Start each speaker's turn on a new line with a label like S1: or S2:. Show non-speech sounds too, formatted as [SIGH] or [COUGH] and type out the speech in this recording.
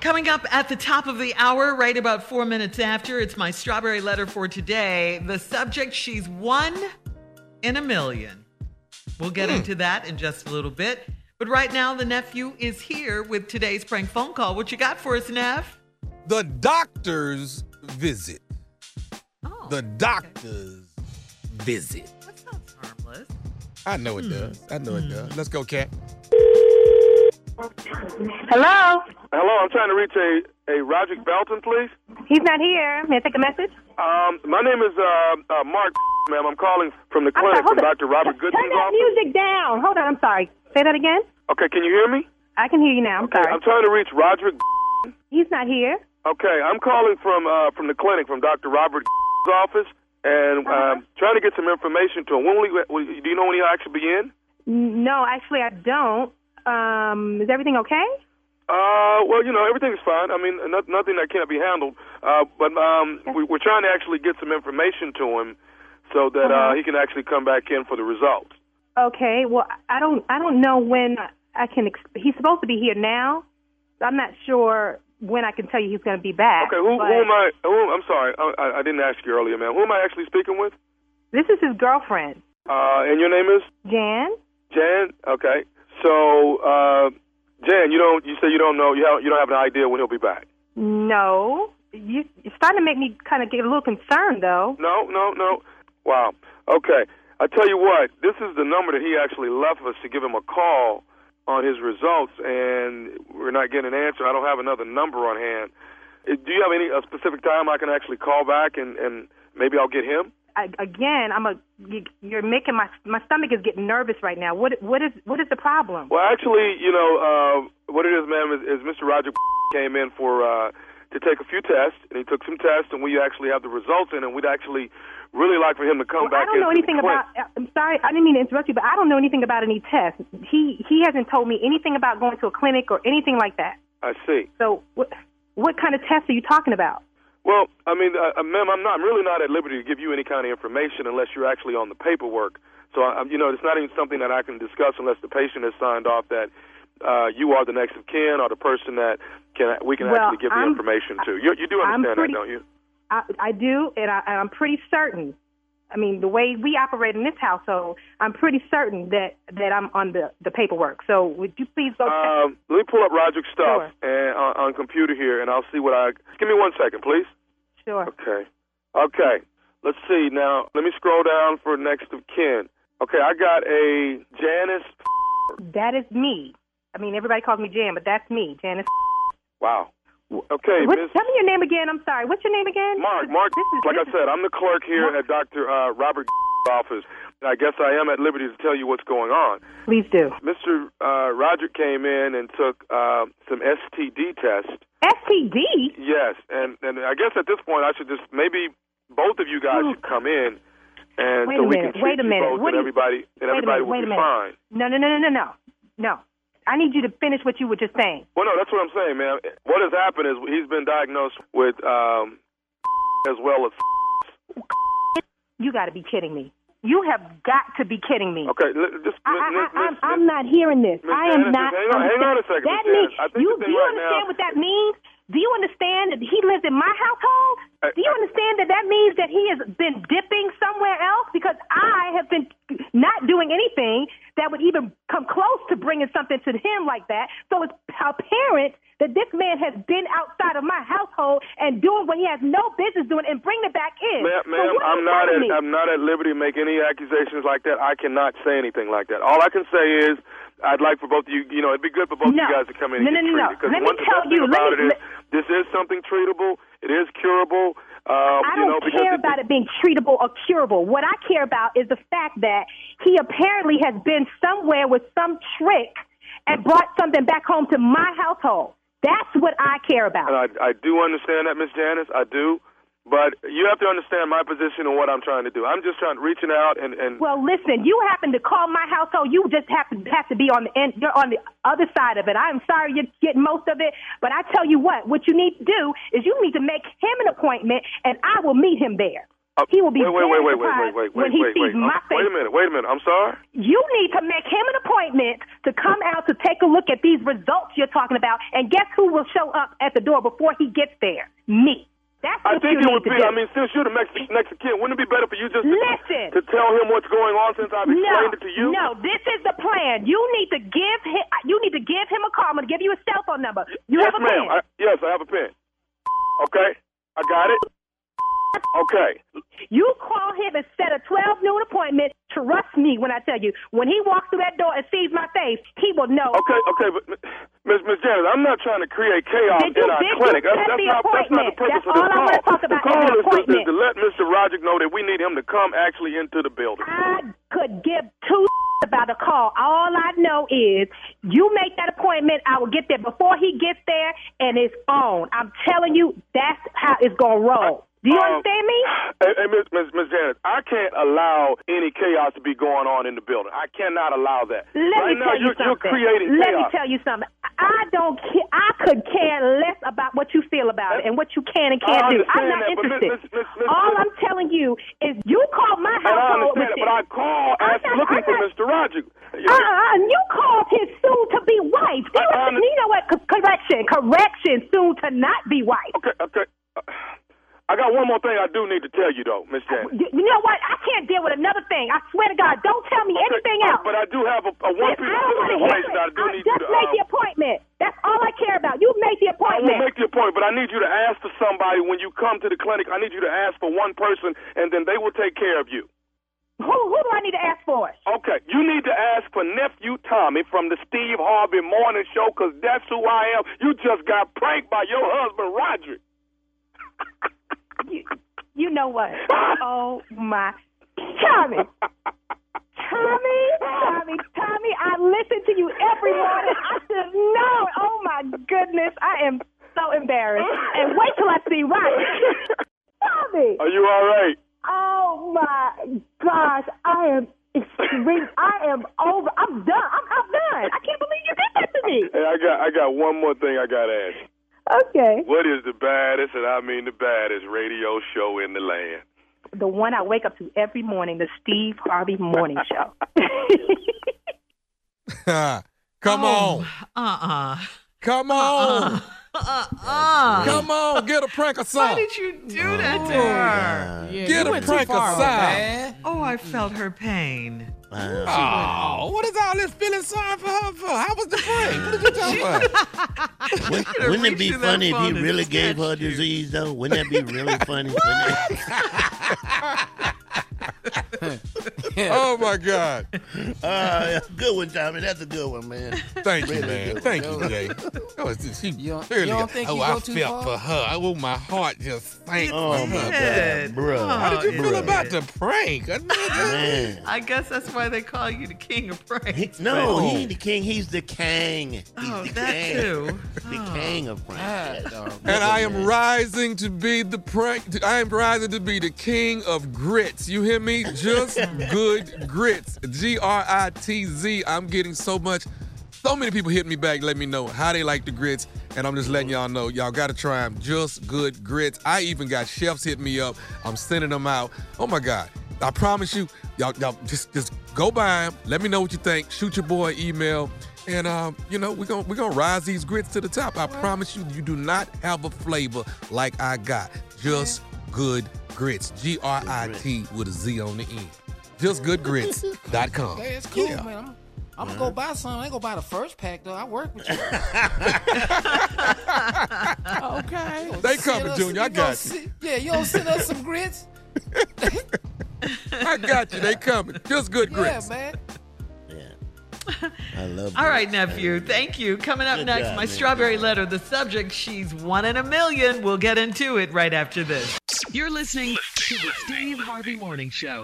S1: Coming up at the top of the hour, right about four minutes after, it's my strawberry letter for today. The subject, she's one in a million. We'll get
S2: Hmm.
S1: into that in just a little bit. But right now, the nephew is here with today's prank phone call. What you got for us, Neff?
S2: The doctor's visit.
S1: Oh,
S2: The doctor's visit.
S1: that sounds harmless.
S2: I know it does. I know it does. Let's go, Cat. [LAUGHS]
S3: Hello?
S4: Hello, I'm trying to reach a, a Roger Belton, please.
S3: He's not here. May I take a message?
S4: Um, my name is uh, uh, Mark, ma'am. I'm calling from the
S3: I'm
S4: clinic
S3: sorry, hold
S4: from
S3: on.
S4: Dr. Robert
S3: Turn
S4: Gooden's
S3: that
S4: office.
S3: music down. Hold on, I'm sorry. Say that again?
S4: Okay, can you hear me?
S3: I can hear you now. I'm sorry.
S4: I'm trying to reach Roger.
S3: He's not here.
S4: Okay, I'm calling from uh, from the clinic from Dr. Robert office and
S3: Uh-huh.
S4: um, trying to get some information to him. When will he, will, do you know when he'll actually be in?
S3: N- No, actually, I don't. Um, is everything okay?
S4: Uh, well, you know, everything's fine. I mean, no, nothing that cannot be handled. Uh, but um, we, we're trying to actually get some information to him so that
S3: Uh-huh.
S4: uh, he can actually come back in for the results.
S3: Okay. Well, I don't. I don't know when I can. Ex- he's supposed to be here now. So I'm not sure when I can tell you he's going to be back.
S4: Okay, who,
S3: but
S4: who am I? Who, I'm sorry, I- I, I didn't ask you earlier, man. Who am I actually speaking with?
S3: This is his girlfriend,
S4: Uh, and your name is
S3: Jan.
S4: Jan. Okay, so uh, Jan, you don't. You say you don't know. You, have, you don't have an idea when he'll be back.
S3: No, you, you're starting to make me kind of get a little concerned, though.
S4: No, no, no. Wow. Okay. I tell you what, this is the number that he actually left us to give him a call on his results, and we're not getting an answer. I don't have another number on hand. Uh, Do you have any a specific time I can actually call back and, and maybe I'll get him?
S3: I, again, I'm a. You, you're making my my stomach is getting nervous right now. What what is what is the problem?
S4: Well, actually, you know, uh, what it is, ma'am, is, is Mr. Roger [LAUGHS] came in for uh, to take a few tests, and he took some tests, and we actually have the results in, and we'd actually really like for him to
S3: Well,
S4: come
S3: I
S4: back.
S3: don't know
S4: into the
S3: anything
S4: clinic.
S3: about. I'm sorry, I didn't mean to interrupt you, but I don't know anything about any tests. He he hasn't told me anything about going to a clinic or anything like that.
S4: I see.
S3: So what what kind of tests are you talking about?
S4: Well, I mean, uh, uh, ma'am, I'm not I'm really not at liberty to give you any kind of information unless you're actually on the paperwork. So, I, I'm- you know, it's not even something that I can discuss unless the patient has signed off that uh, you are the next of kin or the person that can we can
S3: Well,
S4: actually give
S3: I'm-
S4: the information to. You, you do
S3: I'm
S4: understand
S3: pretty-
S4: that, don't you?
S3: I, I do, and I, and I'm pretty certain. I mean, the way we operate in this household, I'm pretty certain that that I'm on the the paperwork. So would you please go? check?
S4: Um, let me pull up Roger's
S3: Sure.
S4: stuff and, on, on computer here, and I'll see what I. Give me one second, please.
S3: sure.
S4: Okay. Okay. Let's see now. Let me scroll down for next of kin. Okay, I got a Janice.
S3: That is me. I mean, everybody calls me Jan, but that's me, Janice.
S4: Wow. Okay,
S3: What,
S4: Miss
S3: tell me your name again. I'm sorry. What's your name again?
S4: Mark. Mark.
S3: This is,
S4: Like
S3: this
S4: I said, I'm the clerk here at Dr. Uh, Robert office. And I guess I am at liberty to tell you what's going on.
S3: is- please do.
S4: Mr. Uh, Roger came in and took uh, some STD tests.
S3: STD.
S4: Yes, and and I guess at this point I should just maybe both of you guys should come in, and
S3: Wait
S4: so
S3: a
S4: we
S3: minute,
S4: can
S3: wait
S4: treat
S3: a
S4: you
S3: minute,
S4: both,
S3: what
S4: and
S3: do you-
S4: everybody
S3: wait
S4: and
S3: a
S4: everybody
S3: minute, wait a
S4: will be
S3: minute.
S4: fine.
S3: No, no, no, no, no, no, no. I need you to finish what you were just saying.
S4: Well, no, that's what I'm saying, man. What has happened is he's been diagnosed with um, as well as
S3: You got to be kidding me. You have got to be kidding me.
S4: okay. l- Just
S3: I,
S4: miss-
S3: I, I,
S4: miss-
S3: I'm,
S4: miss-
S3: I'm not hearing this.
S4: Miss
S3: I am
S4: Janice,
S3: not.
S4: hang on- hang on a second,
S3: That
S4: Miss
S3: means
S4: Janice. I think
S3: you.
S4: the
S3: Do
S4: thing
S3: you
S4: right
S3: understand
S4: now-
S3: what that means? Do you understand that he lives in my household?
S4: I-
S3: Do you
S4: I-
S3: understand that that means that he has been dipping somewhere else? Because I have been not doing anything that would even come close to bringing something to him like that. So it's apparent that this man has been outside of my household and doing what he has no business doing and bringing it back in.
S4: Ma'am,
S3: So
S4: ma'am
S3: what are
S4: I'm
S3: you
S4: not
S3: telling
S4: at
S3: me?
S4: I'm not at liberty to make any accusations like that. I cannot say anything like that. All I can say is I'd like for both of you, you know, it'd be good for both
S3: No.
S4: of you guys to come in
S3: No,
S4: and
S3: no,
S4: get
S3: no, no.
S4: treated. Because
S3: Let me
S4: one the
S3: tell
S4: best
S3: you,
S4: thing
S3: let
S4: about
S3: me-
S4: it is
S3: let-
S4: this is something treatable. It is curable. Um,
S3: I
S4: you
S3: don't
S4: know, because
S3: care
S4: it-
S3: about it being treatable or curable. What I care about is the fact that he apparently has been somewhere with some trick and brought something back home to my household. That's what I care
S4: And
S3: about.
S4: I, I do understand that, Miss Janice. I do. But you have to understand my position and what I'm trying to do. I'm just trying reaching out and and
S3: Well, listen, you happen to call my household. You just happen have to be on the end. You're on the other side of it. I'm sorry you're getting most of it, but I tell you what, what you need to do is you need to make him an appointment, and I will meet him there.
S4: Uh,
S3: He will be
S4: wait, wait, wait, wait, wait,
S3: very
S4: wait, wait,
S3: surprised
S4: wait,
S3: when he
S4: wait,
S3: sees
S4: wait.
S3: my
S4: Um, wait a
S3: face.
S4: minute, wait a minute. I'm sorry.
S3: You need to make him an appointment to come out to take a look at these results you're talking about. And guess who will show up at the door before he gets there? Me. That's
S4: I
S3: what
S4: think
S3: you
S4: it
S3: need
S4: would
S3: to
S4: be.
S3: do.
S4: I mean, since you're the Mexican, Mexican, wouldn't it be better for you just to-
S3: Listen.
S4: to tell him what's going on since I've
S3: no,
S4: explained it to you?
S3: no, this is the plan. You need to give him. You need to give him a call. I'm gonna give you his cell phone number. You
S4: yes,
S3: have a
S4: ma'am.
S3: plan.
S4: I, yes, I have a pen. Okay, I got it. Okay.
S3: You call him and set a 12 noon appointment. Trust me when I tell you. When he walks through that door and sees my face, he will know.
S4: Okay, okay, but Miss Miss Janet, I'm not trying to create chaos
S3: Did you-
S4: in our
S3: did you
S4: clinic. That's,
S3: set
S4: that's,
S3: the
S4: not, that's not the
S3: appointment?
S4: purpose
S3: That's
S4: of this
S3: all I
S4: call.
S3: wanna talk about
S4: the
S3: is
S4: call
S3: the
S4: is to, is
S3: appointment.
S4: to let Mr. Roderick know that we need him to come actually into the building.
S3: I could give two [LAUGHS] about a call. All I know is you make that appointment, I will get there before he gets there, and it's on. I'm telling you, that's how it's going to roll. Do you
S4: Um,
S3: understand me?
S4: Hey, hey Miss, Miss, Miss Janet, I can't allow any chaos to be going on in the building. I cannot allow that.
S3: Let
S4: right
S3: me
S4: now,
S3: tell you
S4: you're, you're
S3: something.
S4: creating
S3: Let me
S4: chaos.
S3: tell you something. I don't care. I could care less about what you feel about it and what you can and can't
S4: I
S3: do. I'm
S4: understand
S3: not
S4: that, but
S3: interested.
S4: Miss- Miss- Miss-
S3: All
S4: Miss-
S3: I'm telling you is you call my
S4: and I
S3: household
S4: understand
S3: with
S4: it, but I
S3: this.
S4: call
S3: I'm
S4: as
S3: not-
S4: looking
S3: I'm
S4: for
S3: not-
S4: Mr. Roderick. You-
S3: Uh-uh, you called his soon-to-be wife. You,
S4: I- I under-
S3: you know what? Co- Correction, correction, soon-to-not-be wife.
S4: Okay, okay. Uh, I got one more thing I do need to tell you, though, Miss Janet.
S3: You, you know what? I can't deal with another thing. I swear to God, don't tell me
S4: Okay,
S3: anything
S4: uh,
S3: else.
S4: But I do have a, a
S3: I
S4: one
S3: don't want
S4: piece of
S3: to hear it.
S4: information that I do
S3: I
S4: need
S3: just
S4: you to.
S3: make
S4: um,
S3: the appointment. That's all I care about. You make the
S4: I will
S3: appointment.
S4: make the appointment, but I need you to ask for somebody when you come to the clinic. I need you to ask for one person, and then they will take care of you.
S3: Who who do I need to ask for?
S4: Okay, you need to ask for nephew Tommy from the Steve Harvey Morning Show, 'cause that's who I am. You just got pranked by your husband Roderick.
S3: You, you know what? Oh my, Tommy, Tommy, Tommy, Tommy! I listen to you every morning. I should have known. Oh my goodness, I am so embarrassed. And wait till I see Roderick. Tommy.
S4: Are you all right?
S3: Oh my gosh, I am extreme. I am over. I'm done. I'm, I'm done. I can't believe you did that to me.
S4: Hey, I got I got one more thing I got to ask. you.
S3: Okay.
S4: What is the baddest, and I mean the baddest, radio show in the land?
S3: the one I wake up to every morning, the Steve Harvey Morning Show. [LAUGHS]
S2: Come on.
S1: Uh
S2: Oh. Come on.
S1: uh-uh. uh. Uh uh.
S2: Come on. Get a prank or
S1: Why
S2: something.
S1: did you
S2: Oh,
S1: do that to her?
S5: Yeah,
S2: Get
S5: you
S2: a
S5: went too
S2: prank
S5: far on that.
S2: aside.
S1: Oh, I felt her pain.
S2: Oh, what is all this feeling sorry for her for? How was the prank? What did you talking about?
S5: Wouldn't,
S1: could've
S5: wouldn't it
S1: reached
S5: be
S1: through that
S5: funny if he
S1: phone and
S5: really gave her
S1: snatched you.
S5: disease though? Wouldn't that be
S1: [LAUGHS]
S5: really funny? Wouldn't [LAUGHS] that-
S2: Oh my God.
S5: uh, good one, Tommy. That's a good one, man.
S2: Thank you, man. Thank you, Jay. Oh, it's- she
S6: You don't-
S2: clearly
S6: you don't
S2: got-
S6: think
S2: oh,
S6: you
S2: I
S6: go too
S2: felt
S6: far?
S2: for her. I oh, my heart just sank.
S5: Oh my
S1: It
S5: God, bro.
S1: Oh,
S2: How did you
S1: it
S2: feel
S1: did.
S2: about the prank? I
S5: [LAUGHS]
S2: know
S5: Man.
S1: I guess that's why they call you the king of
S5: He-
S1: pranks.
S5: no,
S2: Oh.
S5: he ain't the king. He's the kang. He's
S1: Oh,
S5: the
S1: that
S5: kang.
S1: too. Oh,
S5: The king of pranks.
S2: And I am rising to be the prank. I am rising to be the king of grits. You hear me? Just good grits. G R I T Z. I'm getting so much. So many people hit me back, let me know how they like the grits, and I'm just letting y'all know y'all gotta try them. Just good grits. I even got chefs hit me up. I'm sending them out. Oh my God! I promise you, y'all, y'all just just go buy them. Let me know what you think. Shoot your boy an email, and um, you know we're gonna we're gonna rise these grits to the top. I promise you, you do not have a flavor like I got. Just good grits. G R I T with a Z on the end. JustGoodGrits.com.
S6: Hey, it's cool,
S2: Yeah.
S6: man. I'm, I'm gonna go buy some. I ain't gonna buy the first pack though. I work with you. okay.
S2: They coming, Junior. I got you.
S6: yeah, you gonna send us some grits?
S2: I got you. They coming. Just good
S6: Yeah,
S2: grits.
S6: man.
S5: Yeah. I love
S1: All
S5: it.
S1: right, nephew. Thank you. Coming up
S5: Good
S1: next,
S5: job,
S1: my
S5: man.
S1: strawberry letter. The subject, she's one in a million. We'll get into it right after this. You're listening to the Steve Harvey Morning Show.